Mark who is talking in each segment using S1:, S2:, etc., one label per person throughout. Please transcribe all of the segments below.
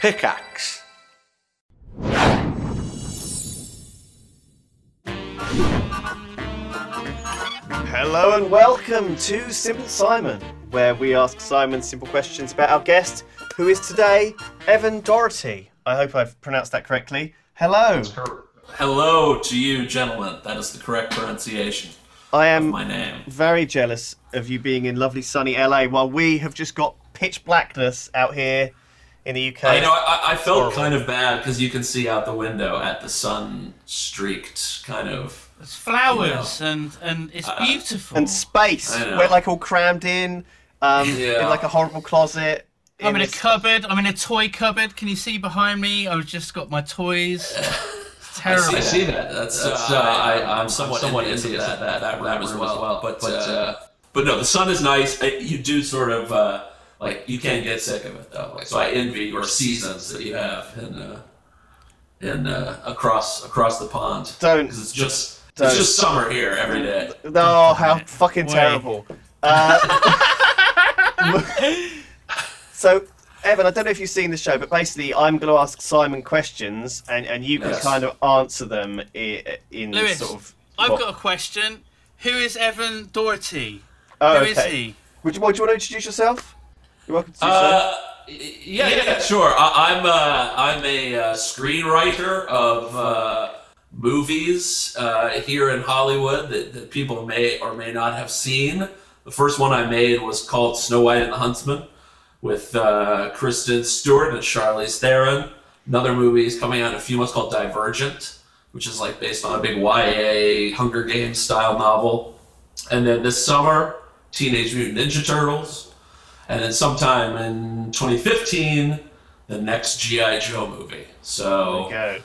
S1: Pickaxe. Hello and welcome to Simple Simon, where we ask Simon simple questions about our guest, who is today Evan Doherty. I hope I've pronounced that correctly. Hello.
S2: Hello to you, gentlemen. That is the correct pronunciation
S1: I
S2: of
S1: am
S2: my name.
S1: very jealous of you being in lovely sunny LA while we have just got pitch blackness out here in the UK.
S2: I know I, I felt kind of bad because you can see out the window at the sun streaked kind of.
S3: It's flowers and and it's beautiful.
S1: and space.
S2: I know.
S1: We're like all crammed in, um,
S2: Yeah.
S1: in like a horrible closet.
S3: I'm in a
S1: this-
S3: cupboard. I'm in a toy cupboard. Can you see behind me? I've just got my toys. It's terrible.
S2: I
S4: see that.
S2: That's,
S4: That's,
S2: uh,
S4: uh,
S2: I,
S4: I-
S2: I, I'm somewhat,
S4: somewhat
S2: envious,
S4: envious
S2: of that, that, that room as well. But but,
S4: But,
S2: uh,
S4: uh,
S2: but no, the sun is nice. I, you do sort of uh, like you can get sick of it though. Like, so I envy your seasons that you have in uh, in uh, across across the pond.
S1: Don't.
S2: because it's just
S1: Don't.
S2: it's just summer here every day.
S1: No, Oh, how fucking
S3: Wait.
S1: terrible. Uh, so, Evan, I don't know if you've seen the show, but basically, I'm going to ask Simon questions, and, and you can
S2: Yes.
S1: kind of answer them in, in
S3: Lewis,
S1: sort of.
S3: I've
S1: what-
S3: got a question. Who is Evan Doherty?
S1: Oh,
S3: Who is
S1: okay.
S3: he?
S1: Would you, well, do you want to introduce yourself? You're welcome to do
S2: Uh, yeah, yeah, sure. I, I'm uh, I'm a uh, screenwriter of uh, movies uh, here in Hollywood that, that people may or may not have seen. The first one I made was called Snow White and the Huntsman with uh, Kristen Stewart and Charlize Theron. Another movie is coming out in a few months called Divergent, which is like based on a big YA Hunger Games style novel. And then this summer, Teenage Mutant Ninja Turtles. And then sometime in 2015, the next GI Joe movie.
S1: so.
S2: So
S1: Go.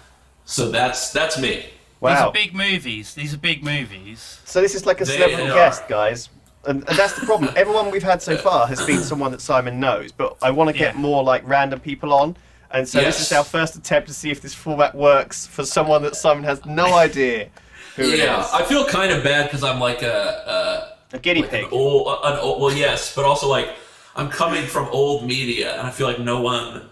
S2: so that's that's me.
S3: These are
S1: Wow.
S3: big movies. These are big movies.
S1: So this is like a
S2: They
S1: celebrity
S2: are.
S1: guest, guys. And, and that's the problem. Everyone we've had so far has been someone that Simon knows, but I want to get
S3: Yeah.
S1: more like random people on. And so this is
S2: Yes.
S1: our first attempt to see if this format works for someone that Simon has no idea who it
S2: yeah,
S1: is.
S2: I feel kind of bad because I'm like a,
S1: A guinea
S2: a like
S1: pig.
S2: an old, an old, well, yes, but also like I'm coming from old media, and I feel like no one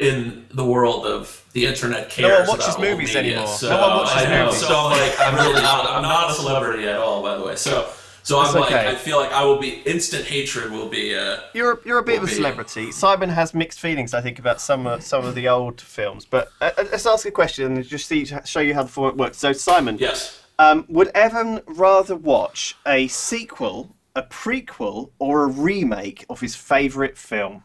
S2: in the world of the internet cares.
S1: one watches
S2: about old
S1: movies
S2: media,
S1: anymore.
S2: So,
S1: No one watches
S2: I know,
S1: movies.
S2: So I'm like, I'm really not, I'm not a celebrity at all, by the way. So. So I'm
S1: That's
S2: like,
S1: okay.
S2: I feel like I will be instant hatred will be. Uh,
S1: You're a, you're a bit of a
S2: Will be.
S1: celebrity. Simon has mixed feelings, I think, about some of, some of the old films. But uh, uh, let's ask a question and just see show you how the format works. So Simon,
S2: yes,
S1: um, would Evan rather watch a sequel, a prequel, or a remake of his favourite film?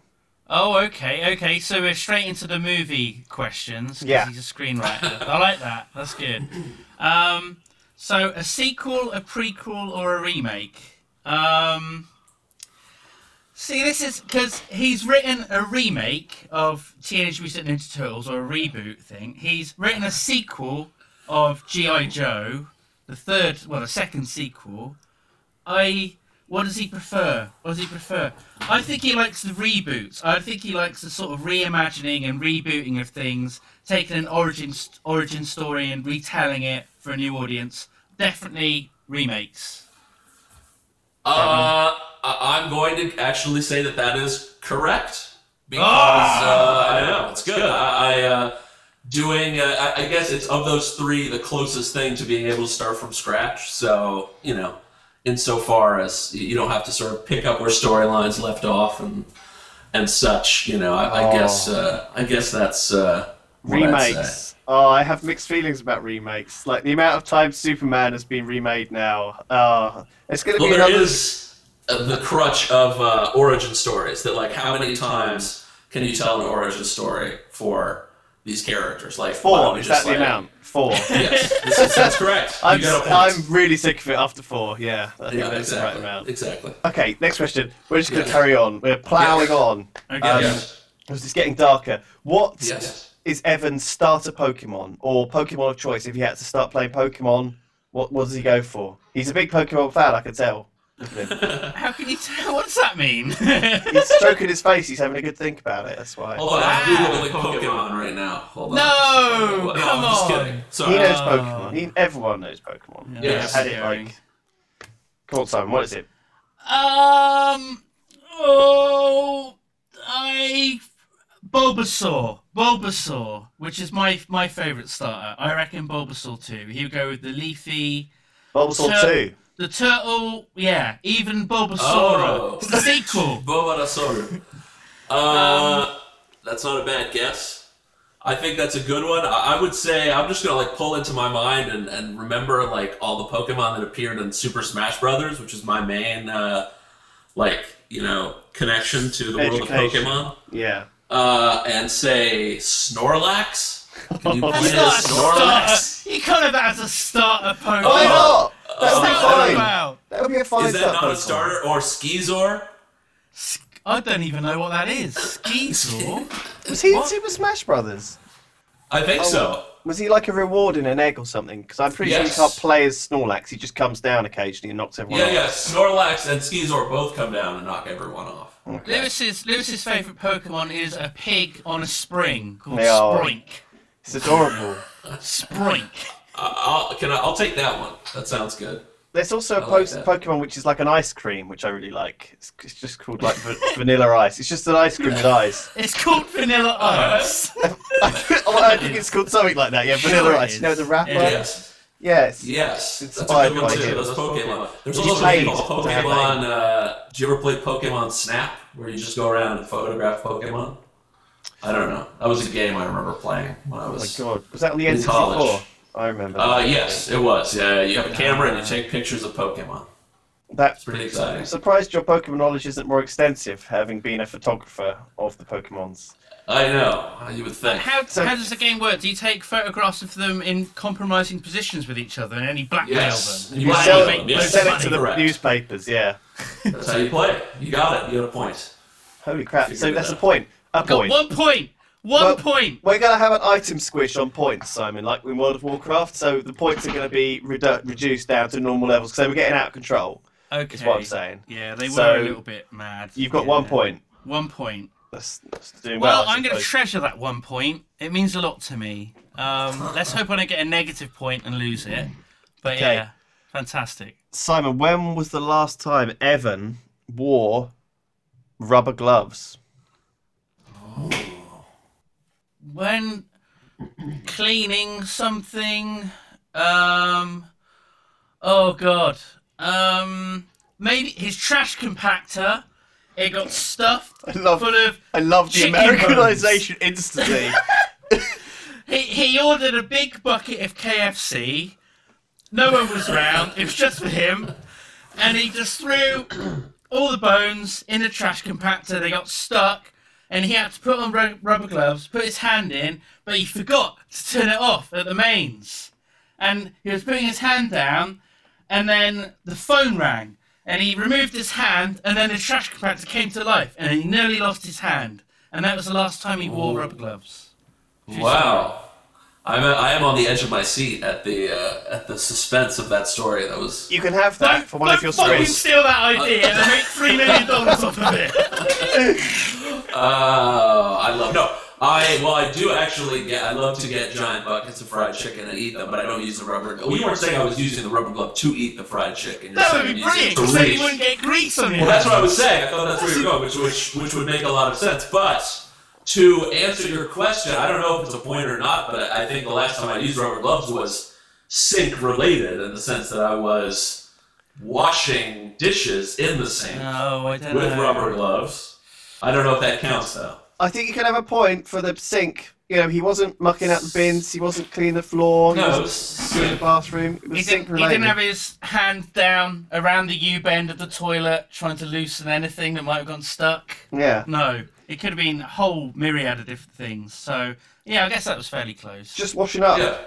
S3: Oh, okay, okay. So we're straight into the movie questions. 'cause
S1: Yeah.
S3: He's a screenwriter. I like that. That's good. Um, so a sequel, a prequel, or a remake? Um, see, this is because he's written a remake of Teenage Mutant Ninja Turtles or a reboot thing. He's written a sequel of GI Joe, the third, well, the second sequel. I. What does he prefer? What does he prefer? I think he likes the reboots. I think he likes the sort of reimagining and rebooting of things, taking an origin st- origin story and retelling it for a new audience. Definitely remakes.
S2: Uh, I- I'm going to actually say that that is correct because
S3: Ah!
S2: uh, I know it's good. I, I uh, doing. Uh, I, I guess it's of those three the closest thing to being able to start from scratch. So you know, insofar as y- you don't have to sort of pick up where storylines left off and and such. You know, I, I guess. Uh, I guess that's uh, what I'd say.
S1: Remakes. Oh, I have mixed feelings about remakes. Like the amount of times Superman has been remade now. Oh, it's going to
S2: Well,
S1: be
S2: there
S1: another.
S2: is uh, the crutch of uh, origin stories that, like, how many times can you tell an origin story for these characters? Like, why don't
S1: four.
S2: we
S1: Is that
S2: just,
S1: the
S2: like-
S1: amount? Four.
S2: Yes, this is, that's correct. You
S1: I'm,
S2: got a point.
S1: I'm really sick of it after four. Yeah, I think
S2: yeah,
S1: that's the right
S2: exactly.
S1: amount.
S2: exactly.
S1: Okay, next question. We're just going to
S2: Yeah.
S1: carry on. We're ploughing on
S3: Okay.
S1: Um,
S2: yes.
S1: because it's getting darker. What is
S2: Yes.
S1: Evan's starter Pokemon or Pokemon of choice? If he had to start playing Pokemon, what what does he go for? He's a big Pokemon fan. I can tell. Look at him.
S3: How can you tell? What does that mean?
S1: He's stroking his face. He's having a good think about it. That's why.
S2: Hold on, I'm
S3: Wow.
S2: Googling Pokemon right now. Hold on.
S3: No,
S2: Well, no,
S3: come
S2: I'm just
S3: on.
S2: kidding. Sorry.
S1: He knows
S3: Oh.
S1: Pokemon. He, everyone knows Pokemon.
S2: Yeah,
S1: We've had it
S3: scary.
S1: like. Come on, Simon. What is it?
S3: um. Oh. I. Bulbasaur, Bulbasaur, which is my my favourite starter. I reckon Bulbasaur too. He'll go with the leafy,
S1: Bulbasaur
S3: Tur-
S1: 2.
S3: the turtle. Yeah, even Bulbasaur.
S2: Oh.
S3: It's the sequel.
S2: Bulbasaur. Uh, that's not a bad guess. I think that's a good one. I, I would say I'm just gonna like pull into my mind and, and remember like all the Pokemon that appeared in Super Smash Brothers, which is my main uh, like you know connection to the world of
S1: Education.
S2: Pokemon.
S1: Yeah.
S2: Uh, and say Snorlax. Can you
S3: That's
S2: play
S3: not a
S2: as Snorlax?
S3: starter. You can't have that as a starter Pokemon.
S1: Why not? That would
S3: What's
S1: Oh, be
S3: that all
S1: fine.
S3: about?
S1: That would be a fine
S2: Oh, Is that
S1: stuff,
S2: not a
S1: Pokemon.
S2: starter or Skeezor?
S3: I don't even know what that is. Skeezor.
S1: Was he in
S3: What?
S1: Super Smash Brothers?
S2: I
S1: Oh.
S2: think so.
S1: Was he like a reward in an egg or something? Because I'm pretty
S2: Yes.
S1: sure you can't play as Snorlax. He just comes down occasionally and knocks everyone
S2: Yeah,
S1: off.
S2: yeah. Snorlax and Skeezor both come down and knock everyone off.
S3: Lewis's Lewis's favourite Pokemon is a pig on a spring called
S1: They are-
S3: Sproink.
S1: It's adorable.
S3: Sproink.
S2: I- I'll, can I, I'll take that one. That sounds good.
S1: There's also a
S2: I
S1: post
S2: like that.
S1: Pokemon which is like an ice cream, which I really like. It's, it's just called like va- vanilla ice. It's just an ice cream with ice.
S3: It's called Vanilla Ice.
S1: Oh, I think it's called something like that. Yeah, vanilla
S3: Sure it
S1: ice. You know
S3: is.
S1: the wrapper.
S3: Yeah.
S2: Yes.
S1: Yes.
S2: Yes.
S1: It's
S2: That's a good
S1: fine,
S2: one
S1: like
S2: too.
S1: it.
S2: Those Pokemon. There's
S1: Did you
S2: also a game
S1: play
S2: called
S1: it? Did I play
S2: Pokemon. Uh, do you ever play Pokemon Snap, where you just go around and photograph Pokemon? I don't know. That was a game I remember playing when I
S1: Oh my
S2: was.
S1: god, was that on the
S2: In
S1: N64?
S2: college.
S1: I remember.
S2: Uh, yes, it was. Yeah, you have a camera and you take pictures of Pokemon.
S1: That's
S2: It's pretty exciting.
S1: I'm surprised your Pokemon knowledge isn't more extensive, having been a photographer of the Pokemons.
S2: I know. You would think.
S3: How,
S1: So-
S3: how does the game work? Do you take photographs of them in compromising positions with each other and any blackmail
S2: Yes.
S3: them?
S2: You
S1: You
S2: Right,
S1: sell,
S2: make
S1: it-
S2: most
S1: you sell it
S2: money,
S1: to the
S2: correct.
S1: newspapers, yeah.
S2: That's how you play it. You got it. You got a point.
S1: Holy crap!
S2: Figured
S1: So
S2: it
S1: that's
S2: out.
S1: a point. A
S3: Got
S1: point.
S3: one point. One
S1: Well-
S3: point.
S1: We're gonna have an item squish on points, Simon, like in World of Warcraft. So the points are gonna be redu- reduced down to normal levels because they were getting out of control.
S3: Okay.
S1: what I'm saying.
S3: Yeah, they were
S1: So,
S3: a little bit mad.
S1: You've got
S3: Yeah.
S1: one point.
S3: One point.
S1: That's, that's doing well.
S3: Well,
S1: I
S3: I'm going to
S1: suppose.
S3: treasure that one point. It means a lot to me. Um, let's hope I don't get a negative point and lose it. But
S1: Okay.
S3: yeah, fantastic.
S1: Simon, when was the last time Evan wore rubber gloves?
S3: when cleaning something um oh god um maybe his trash compactor it got stuffed
S1: I love-
S3: full of
S1: I love the
S3: Chicken
S1: Americanization instantly.
S3: he, he ordered a big bucket of KFC no one was round it was just for him and he just threw all the bones in the trash compactor they got stuck and he had to put on ru- rubber gloves, put his hand in, but he forgot to turn it off at the mains. And he was putting his hand down, and then the phone rang, and he removed his hand, and then the trash compactor came to life, and he nearly lost his hand. And that was the last time he wore rubber gloves.
S2: Wow. I'm I am on the edge of my seat at the uh, at the suspense of that story. That was
S1: you can have that
S3: Don't-
S1: for one of
S3: don't
S1: your
S3: fucking
S1: stories.
S3: steal that idea and make three million dollars off of it.
S2: Oh, I love no. I well, I do actually get. I love to get giant buckets of fried chicken and eat them, but I don't use the rubber. We weren't saying I was using the rubber glove to eat the fried chicken.
S3: That
S2: You're
S3: would be
S2: saying using it
S3: brilliant. Because
S2: to
S3: then
S2: reach.
S3: you wouldn't get grease on your
S2: Well, that's
S3: hands.
S2: what I was saying. I thought that's where you were going, which which which would make a lot of sense. But to answer your question, I don't know if it's a point or not, but I think the last time I used rubber gloves was sink related in the sense that I was washing dishes in the sink
S3: No, I don't
S2: with
S3: know.
S2: rubber gloves. I don't know if that counts though.
S1: I think you can have a point for the sink. You know, he wasn't mucking out the bins. He wasn't cleaning the floor. he
S2: No,
S1: wasn't doing the bathroom. It was
S3: He
S1: sink
S3: didn't, he
S1: related.
S3: didn't have his hand down around the U bend of the toilet trying to loosen anything that might have gone stuck.
S1: Yeah.
S3: No, it could have been a whole myriad of different things. So, yeah, I guess that was fairly close.
S1: Just washing up.
S2: yeah.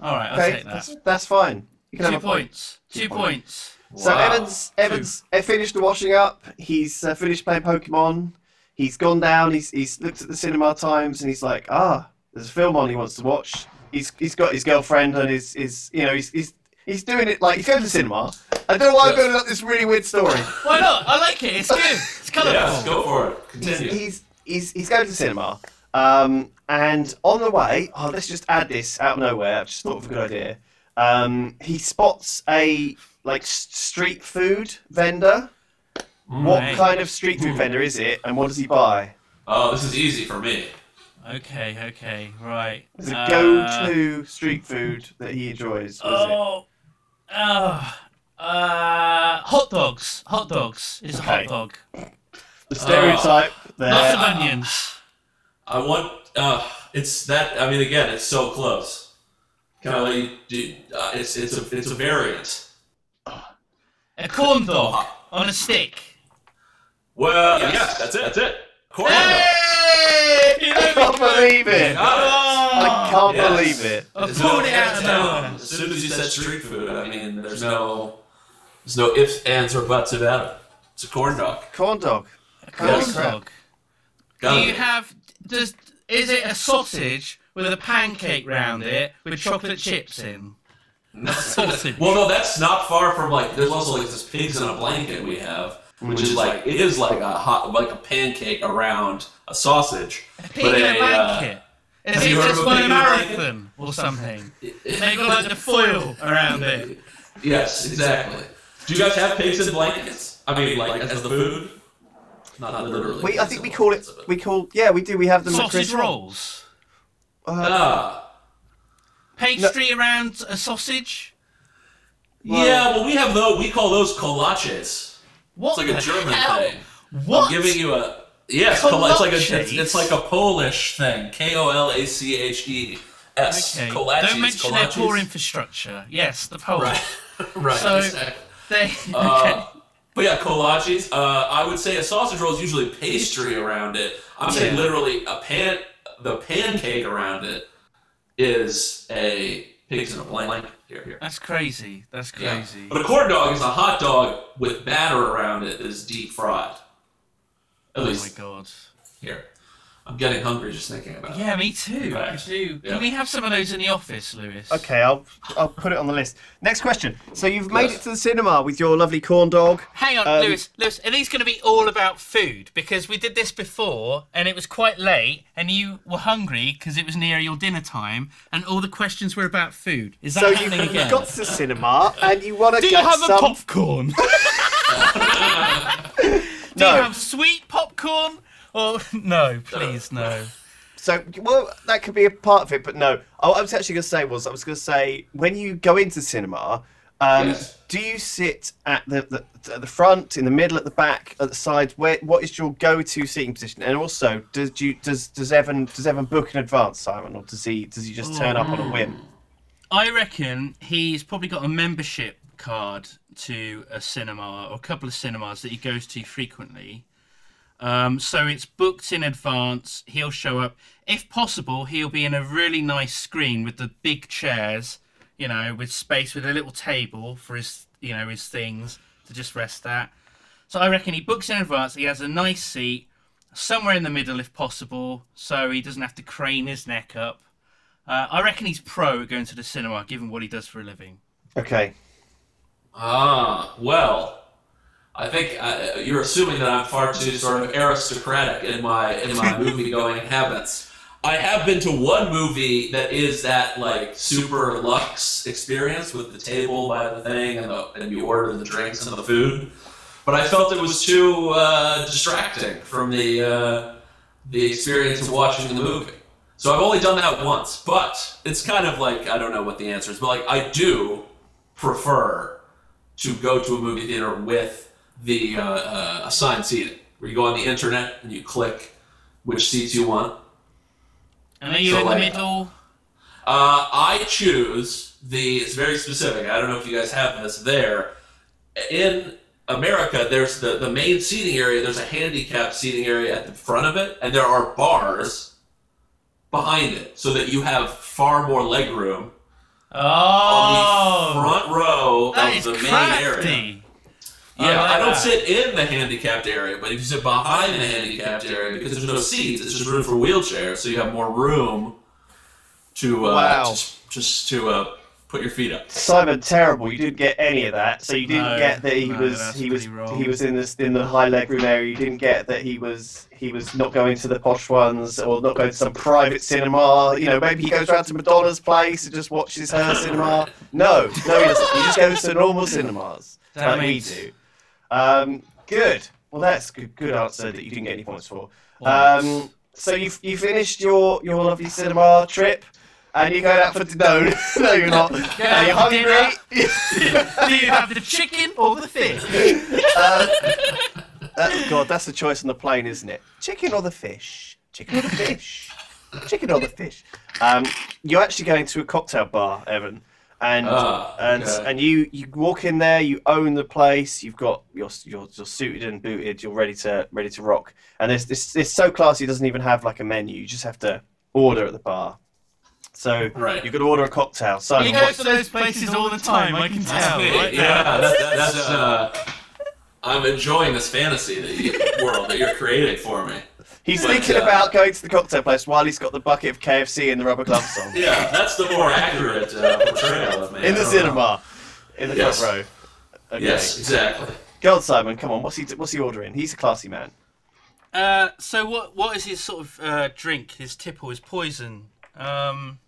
S3: All right, I'll
S1: Okay,
S3: take that.
S1: that's, that's fine. You can
S3: Two
S1: have a point.
S3: points. Two points.
S1: So
S2: Wow.
S1: Evans, Evans uh, finished the washing up. He's uh, finished playing Pokemon. He's gone down. He's he's looked at the cinema times and he's like, ah, there's a film on he wants to watch. He's he's got his girlfriend and his his you know he's he's he's doing it like he's going to the cinema. I don't know why I'm
S2: Yeah.
S1: going up this really weird story.
S3: Why not? I like it. It's good. It's colourful.
S2: Yeah, let's go for it.
S1: he's,
S3: e-
S2: Continue.
S1: he's he's he's going to the cinema. Um, and on the way, oh, let's just add this out of nowhere. I've just thought of a good
S3: Mm-hmm.
S1: idea. Um, he spots a like s- street food vendor. What
S3: Mm-hmm. Right.
S1: kind of street food vendor is it, and what does he buy?
S2: Oh, this is easy for me.
S3: Okay, okay, right.
S1: It's a
S3: Uh,
S1: go-to street food that he enjoys. What is it?
S3: Oh, uh, uh, hot dogs. Hot dogs is
S1: Okay. Uh,
S3: a hot dog.
S1: The stereotype
S3: Lots
S1: there.
S3: of onions.
S2: I want. Uh, it's that. I mean, again, it's so close. Kelly, do- uh, it's it's a it's a variant.
S3: A corn dog on a stick.
S2: Well, yeah, that's it. That's it. Corn dog.
S3: Hey! You
S1: I can't believe it.
S2: Got it.
S1: I can't
S2: Yes.
S1: believe it.
S3: Oh, I
S2: There's no
S3: pulled it out
S2: ifs,
S3: of
S2: ands.
S3: nowhere.
S2: As soon as you said street food, I mean, there's no there's no ifs, ands, or buts about it. It's a corn dog.
S1: Corn dog.
S3: A corn
S2: Yes.
S3: dog. Do
S2: Got
S3: you
S2: it.
S3: have? Does is it a sausage with a pancake round it with chocolate chips in? sausage.
S2: Well, no, that's not far from like. There's also like this pigs in a blanket we have, which is like it is like a hot like a pancake around a sausage,
S3: Pig in a
S2: uh,
S3: blanket. Is
S2: have
S3: it
S2: you heard
S3: just
S2: of a
S3: won
S2: pig
S3: a
S2: in a blanket?
S3: marathon or something? They got like the foil around it.
S2: yes, exactly. Do you guys have pigs in blankets? I mean, like as the food. Not literally.
S1: We, I
S2: pigs
S1: think we
S2: in
S1: call it.
S2: blankets, but-
S1: We call. Yeah, we do. We have them. at
S3: Sausage
S1: Christmas.
S3: rolls.
S1: Uh,
S2: Ah.
S3: Pastry around a sausage.
S2: yeah, well, we have those. We call those kolaches.
S3: What?
S2: It's like a
S3: the
S2: German
S3: hell?
S2: thing.
S3: What?
S2: giving you a yes. kol- It's like a it's,
S3: Kolaches?
S2: it's like a Polish thing. K o l a c h e s.
S3: Okay.
S2: Kolaches,
S3: Don't mention
S2: kolaches.
S3: their poor infrastructure. Yes, the Polish.
S2: Right. right.
S3: So-
S2: exactly.
S3: They, okay.
S2: Uh, but yeah, kolaches. Uh, I would say a sausage roll is usually pastry around it. I'm saying
S1: Yeah.
S2: literally a pan. The pancake around it is a pigs in a blanket. Here, here.
S3: That's crazy. That's
S2: Yeah.
S3: crazy.
S2: But a corn dog is a hot dog with batter around it that is deep fried. At
S3: Oh my
S2: least
S3: god.
S2: here. I'm getting hungry just thinking about it.
S3: Yeah, me too.
S2: Right.
S3: I do.
S2: Yeah.
S3: Can we have some of those in the office, Lewis?
S1: okay, I'll I'll put it on the list. Next question. So you've made
S2: Yes.
S1: it to the cinema with your lovely corn dog.
S3: Hang on,
S1: Um,
S3: Lewis. Lewis, are these going to be all about food? Because we did this before, and it was quite late, and you were hungry because it was near your dinner time, and all the questions were about food. Is that
S1: So you
S3: happening again?
S1: got to the cinema and you want to
S3: do you
S1: get
S3: have
S1: some.
S3: a popcorn? Do
S1: No.
S3: you have sweet popcorn? Or no, please no.
S1: So, well, that could be a part of it, but no. Oh, I was actually going to say was I was going to say when you go into cinema, um,
S2: Yes.
S1: do you sit at the, the at the front, in the middle, at the back, at the sides? Where what is your go-to seating position? And also, does you does does Evan does Evan book in advance, Simon, or does he does he just turn up on a
S3: Mm.
S1: whim?
S3: I reckon he's probably got a membership card to a cinema or a couple of cinemas that he goes to frequently. Um, so it's booked in advance. He'll show up. If possible, he'll be in a really nice screen with the big chairs, you know, with space with a little table for his, you know, his things to just rest at. So I reckon he books in advance. He has a nice seat somewhere in the middle, if possible, so he doesn't have to crane his neck up. Uh, I reckon he's pro at going to the cinema, given what he does for a living.
S1: Okay.
S2: Ah, well, I think uh, you're assuming that I'm far too sort of aristocratic in my in my movie going habits. I have been to one movie that is that like super luxe experience with the table by the thing and, the, and you order the drinks and the food, but I felt it was too uh, distracting from the uh, the experience of watching the movie. So I've only done that once, but it's kind of like I don't know what the answer is, but like I do prefer to go to a movie theater with the uh, uh, assigned seating, where you go on the internet and you click which seats you want.
S3: And are you
S2: So,
S3: in the
S2: like-
S3: middle?
S2: Uh, I choose the. It's very specific. I don't know if you guys have this there. In America, there's the the main seating area. There's a handicap seating area at the front of it, and there are bars behind it, so that you have far more leg room on the
S3: Oh,
S2: front row
S3: that
S2: of
S3: is
S2: the main area.
S3: crafty. I
S2: Uh, Yeah,
S3: like
S2: I don't
S3: that.
S2: sit in the handicapped area, but if you sit behind the handicapped area, because there's no seats, it's just room for wheelchairs, so you have more room to uh,
S1: Wow.
S2: just, just to uh, put your feet up.
S1: Simon, terrible. You didn't get any of that. So you didn't
S3: No,
S1: get that he
S3: no,
S1: was
S3: that's
S1: he was
S3: pretty wrong.
S1: he was in this in the high legroom area. You didn't get that he was he was not going to the posh ones or not going to some private cinema. You know, maybe he goes round to Madonna's place and just watches her cinema. No, no, he doesn't. He just goes to normal cinemas
S3: Damn
S1: like we
S3: it.
S1: do. Um, good. Well, that's good. Good answer that you didn't get any points for.
S3: Points.
S1: Um, so you you finished your your lovely cinema trip, and you going out for no no you're not. Are you
S3: out for
S1: hungry?
S3: Do you have the chicken or the fish?
S1: That- Uh, God, that's the choice on the plane, isn't it? Chicken or the fish? Chicken or the fish? Chicken or the fish? Um, you're actually going to a cocktail bar, Evan, and
S2: Ah,
S1: and
S2: okay.
S1: and you you walk in there, you own the place, you've got you're, you're you're suited and booted, you're ready to ready to rock, and it's it's, it's so classy, it doesn't even have like a menu, you just have to order at the bar. So
S2: Right.
S1: you could order a cocktail. So
S3: You go to those places all the time, I can
S2: Oh,
S3: tell. Right
S2: yeah,
S3: now.
S2: that, that, that's. Uh, I'm enjoying this fantasy that you, world that you're creating for me.
S1: he's
S2: But,
S1: thinking
S2: uh,
S1: about going to the cocktail place while he's got the bucket of KFC and the rubber gloves on.
S2: Yeah, that's the more accurate uh, portrayal of me.
S1: in
S2: I
S1: the
S2: don't know.
S1: cinema, in the
S2: Yes.
S1: front row. Okay.
S2: Yes, exactly.
S1: God, Simon, come on. What's he? What's he ordering? He's a classy man.
S3: Uh, so what what is his sort of uh, drink? His tipple, his poison. Um,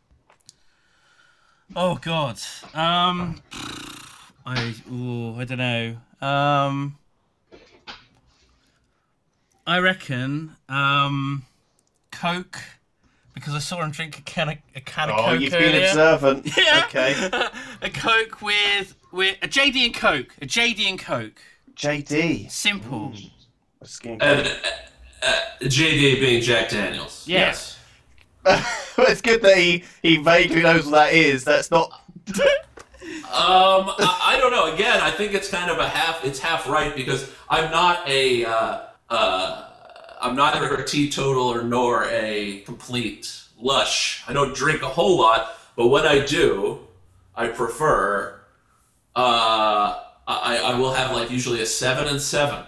S3: oh God. Um, I ooh, I don't know. Um, I reckon um, Coke because I saw him drink a can of a can of
S1: Oh,
S3: Coke
S1: you've been
S3: earlier.
S1: observant.
S3: Yeah.
S1: Okay.
S3: a Coke with with a JD and Coke, a JD and Coke.
S1: JD.
S3: Simple.
S1: Skin.
S2: And uh, uh, JD being Jack Daniels.
S3: Yes.
S1: it's good that he, he vaguely knows what that is. That's not.
S2: Um, I, I don't know. Again, I think it's kind of a half. It's half right because I'm not a. Uh, uh, I'm neither a teetotaler nor a complete lush. I don't drink a whole lot, but when I do, I prefer. Uh, I, I will have like usually a seven and seven,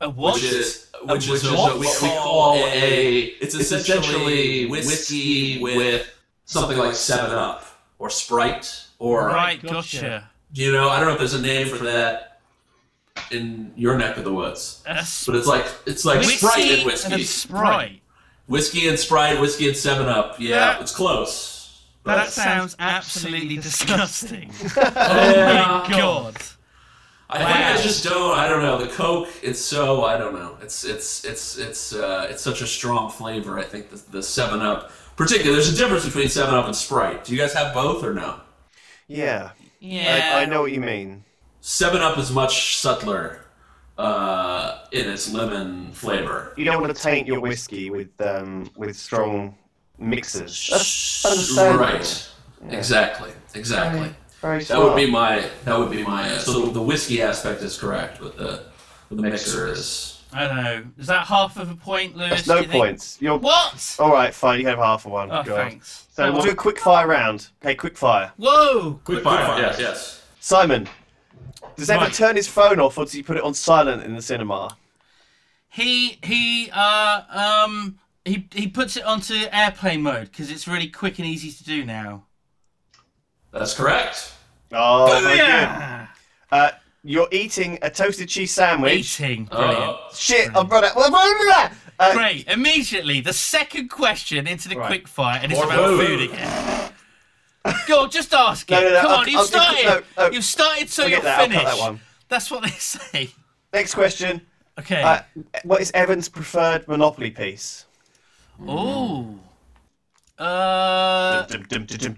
S3: A what?
S2: which is which is
S4: which
S2: a-
S4: is
S2: what
S4: what
S2: we
S4: we
S2: call
S4: call
S2: a. It's
S4: essentially
S2: essentially whiskey with something like Seven Up or Sprite or
S3: right,
S4: Gotcha.
S3: gotcha.
S2: you know, I don't know if there's a name for that in your neck of the woods,
S3: That's
S2: but it's like it's like Sprite and whiskey,
S3: and Sprite.
S2: whiskey and Sprite, whiskey and Seven Up. Yeah,
S3: That-
S2: it's close.
S3: That
S2: But-
S3: sounds absolutely disgusting.
S2: Yeah.
S3: God.
S2: I think I just don't. I don't know. The Coke, it's so I don't know. It's it's it's it's uh, it's such a strong flavor. I think the, the Seven Up, particularly, there's a difference between Seven Up and Sprite. Do you guys have both or no?
S1: Yeah.
S3: Yeah.
S1: I, I know what you mean.
S2: Seven Up is much subtler uh, in its lemon flavor.
S1: You don't want to taint your whiskey with um with strong mixers. That's understandable.
S2: Right. Exactly. Exactly.
S1: Very
S2: That would
S1: smart.
S2: be my. That would be my. Uh, so the whiskey aspect is correct, but the but the mixer is.
S3: I don't know. Is that half of a point, Lewis?
S1: That's
S3: do
S1: no
S3: you think?
S1: points. Oh You're.
S3: What?
S1: All right, fine. You have half a one.
S3: Oh,
S1: Go on.
S3: thanks.
S1: So we'll do a quick fire round. Okay, quick fire.
S3: Whoa!
S2: Quick Yes. Yes.
S1: Simon, does Evan
S3: Right.
S1: turn his phone off or does he put it on silent in the cinema?
S3: He he uh um he he puts it onto airplane mode because it's really quick and easy to do now.
S2: That's correct.
S1: Oh, very good.
S3: Yeah.
S1: Uh, you're eating a toasted cheese sandwich.
S3: Eating. Brilliant.
S2: Uh,
S1: Shit, I've run out. I've run out. Uh,
S3: Great. Immediately, the second question into the
S1: Right.
S3: quick fire, and it's
S2: More
S3: about
S2: food.
S3: food again. Go on, just ask it.
S1: No, no, no,
S3: Come
S1: I'll-
S3: on, you've
S1: I'll-
S3: started.
S1: no, no.
S3: You've started, so you're
S1: Forget that, I'll cut
S3: finished.
S1: that one.
S3: That's what they say.
S1: Next question.
S3: Okay.
S1: Uh, what is Evan's preferred Monopoly piece?
S3: Ooh. Uh, the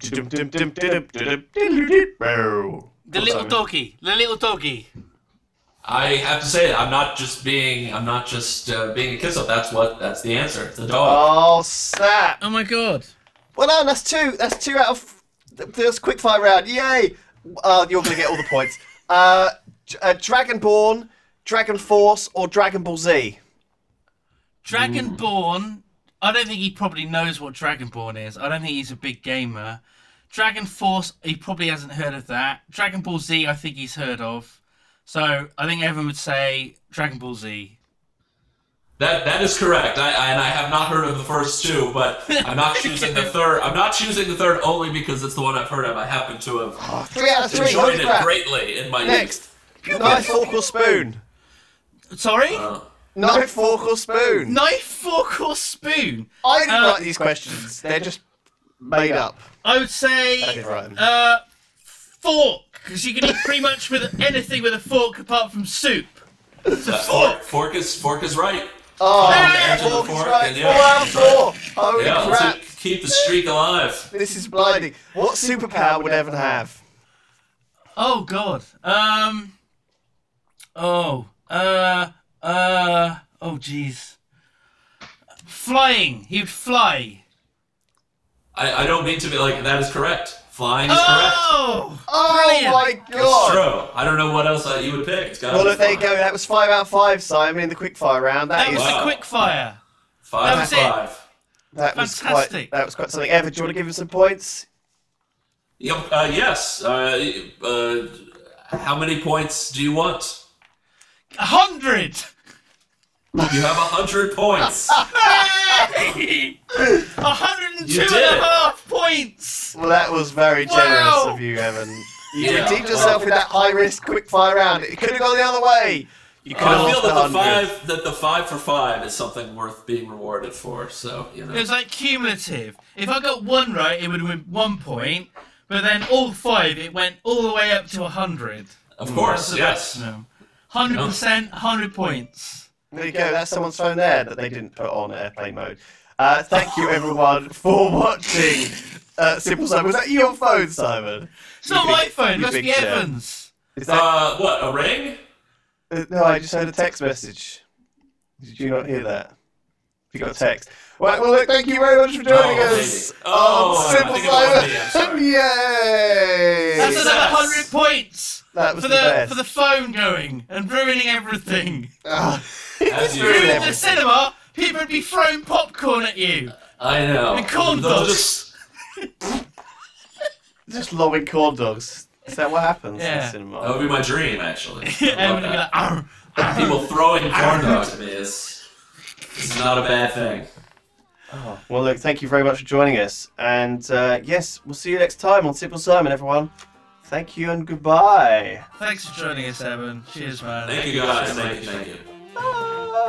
S3: little doggy. The little doggy.
S2: I have to say, I'm not just being. I'm not just uh, being a kiss up. That's what. That's the answer. It's The dog.
S1: Oh, snap.
S3: Oh my god.
S1: Well, no, that's two. That's two out of. That's quick fire round. Yay. Uh, you're going to get all the points. Uh, d- uh, Dragonborn, Dragon Force, or Dragon Ball Z?
S3: Dragonborn. I don't think he probably knows what Dragonborn is. I don't think he's a big gamer. Dragon Force, he probably hasn't heard of that. Dragon Ball Z, I think he's heard of. So I think everyone would say Dragon Ball Z.
S2: That that is correct. I, I and I have not heard of the first two, but I'm not choosing the third. I'm not choosing the third only because it's the one I've heard of. I happen to have
S1: Three out of three.
S2: enjoyed
S1: Holy
S2: it
S1: crap.
S2: greatly in my
S1: Next. Knife, fork, or spoon?
S3: Sorry?
S2: youth. Uh,
S1: Knife, fork, or spoon?
S3: Knife, fork, or spoon?
S1: I didn't
S3: Uh,
S1: write these questions. They're just made up.
S3: I would
S1: I
S3: say
S1: didn't write them.
S3: uh, fork, because you can eat pretty much with anything with a fork apart from soup.
S2: fork. Fork is fork is right.
S1: Oh,
S2: Edge of the
S1: Paul, he's
S2: fork,
S1: right.
S2: and yeah, he's
S1: Four out of four. Holy
S2: yeah, let's
S1: crap.
S2: keep the streak alive.
S1: This is blinding. What superpower would Evan have?
S3: Oh God. Um. Oh. Uh. Uh. Oh jeez. Flying. He'd fly.
S2: I, I don't mean to be like that. Is correct. Flying is correct.
S3: Oh.
S1: Oh
S3: Brilliant.
S1: my
S2: It's
S1: god!
S2: true. I don't know what else I, you would pick. It's got
S1: Well, look, there you go. That was five out of five, Simon, in the quickfire round.
S3: That
S1: That
S3: was
S1: is
S2: Wow.
S3: a quick fire.
S2: Five
S3: That
S2: and
S3: was it.
S2: five.
S1: that was quite
S3: fantastic.
S1: that was quite something. Evan, do you want to give him some points?
S2: Yep, uh, yes. Uh, uh, how many points do you want?
S3: A hundred.
S2: You have a hundred points.
S3: Hey! A hundred and
S2: You
S3: two and
S2: did it.
S3: a half points.
S1: Well, that was very generous
S3: Wow.
S1: of you, Evan. You
S2: Yeah,
S1: redeemed yourself
S2: well-
S1: with that high risk quickfire round. It could have gone the other way. You could have
S2: I
S1: lost
S2: feel
S1: the
S2: that the
S1: 100.
S2: five that the five for five is something worth being rewarded for. So you know.
S3: It was like cumulative. If I got one right, it would have been one point. But then all five, it went all the way up to a hundred.
S2: Of
S1: Mm.
S2: course, yes.
S3: No. Hundred percent, hundred points.
S1: There you go. That's someone's phone there that they didn't put on airplane mode. Uh, thank you, everyone, for watching. Uh, Simple Simon, was that your phone, Simon?
S3: It's not
S1: big-
S3: my phone. It
S1: you
S3: must
S1: big
S3: be
S1: jerk.
S3: Evans.
S1: Is that?
S2: Uh, what a ring?
S1: uh, no, I just heard a text message. Did you not hear that? You got a text. Right, well, look, thank you very much for joining
S2: Oh,
S1: us.
S2: maybe. Oh,
S1: on
S2: I
S1: Simple
S2: think it was me, I'm
S1: Simon.
S2: sorry.
S1: Yay!
S3: That's another
S2: Yes.
S3: hundred points
S1: that
S3: for
S1: was
S3: the,
S1: the, best.
S3: for the phone going and ruining everything.
S1: Ah.
S2: As
S1: Ruined
S2: usual.
S3: Ruining
S1: everything.
S3: the cinema. People would be throwing popcorn at you.
S2: I know.
S3: And corn
S2: They'll
S3: dogs.
S2: just-
S1: Just lobbing corn dogs. Is that what happens in
S3: Yeah.
S1: cinema?
S2: That would be my dream, actually. I love
S3: Everyone would be
S2: that.
S3: like, "Oh, "Arr, arr."
S2: People throwing corn dogs at me is, is not a bad thing.
S1: Well, look, thank you very much for joining us. And uh, yes, we'll see you next time on Simple Simon, everyone. Thank you and goodbye.
S3: Thanks for joining us, Evan. Cheers, man.
S2: Thank you guys. Thank you. Thank you.
S1: Bye.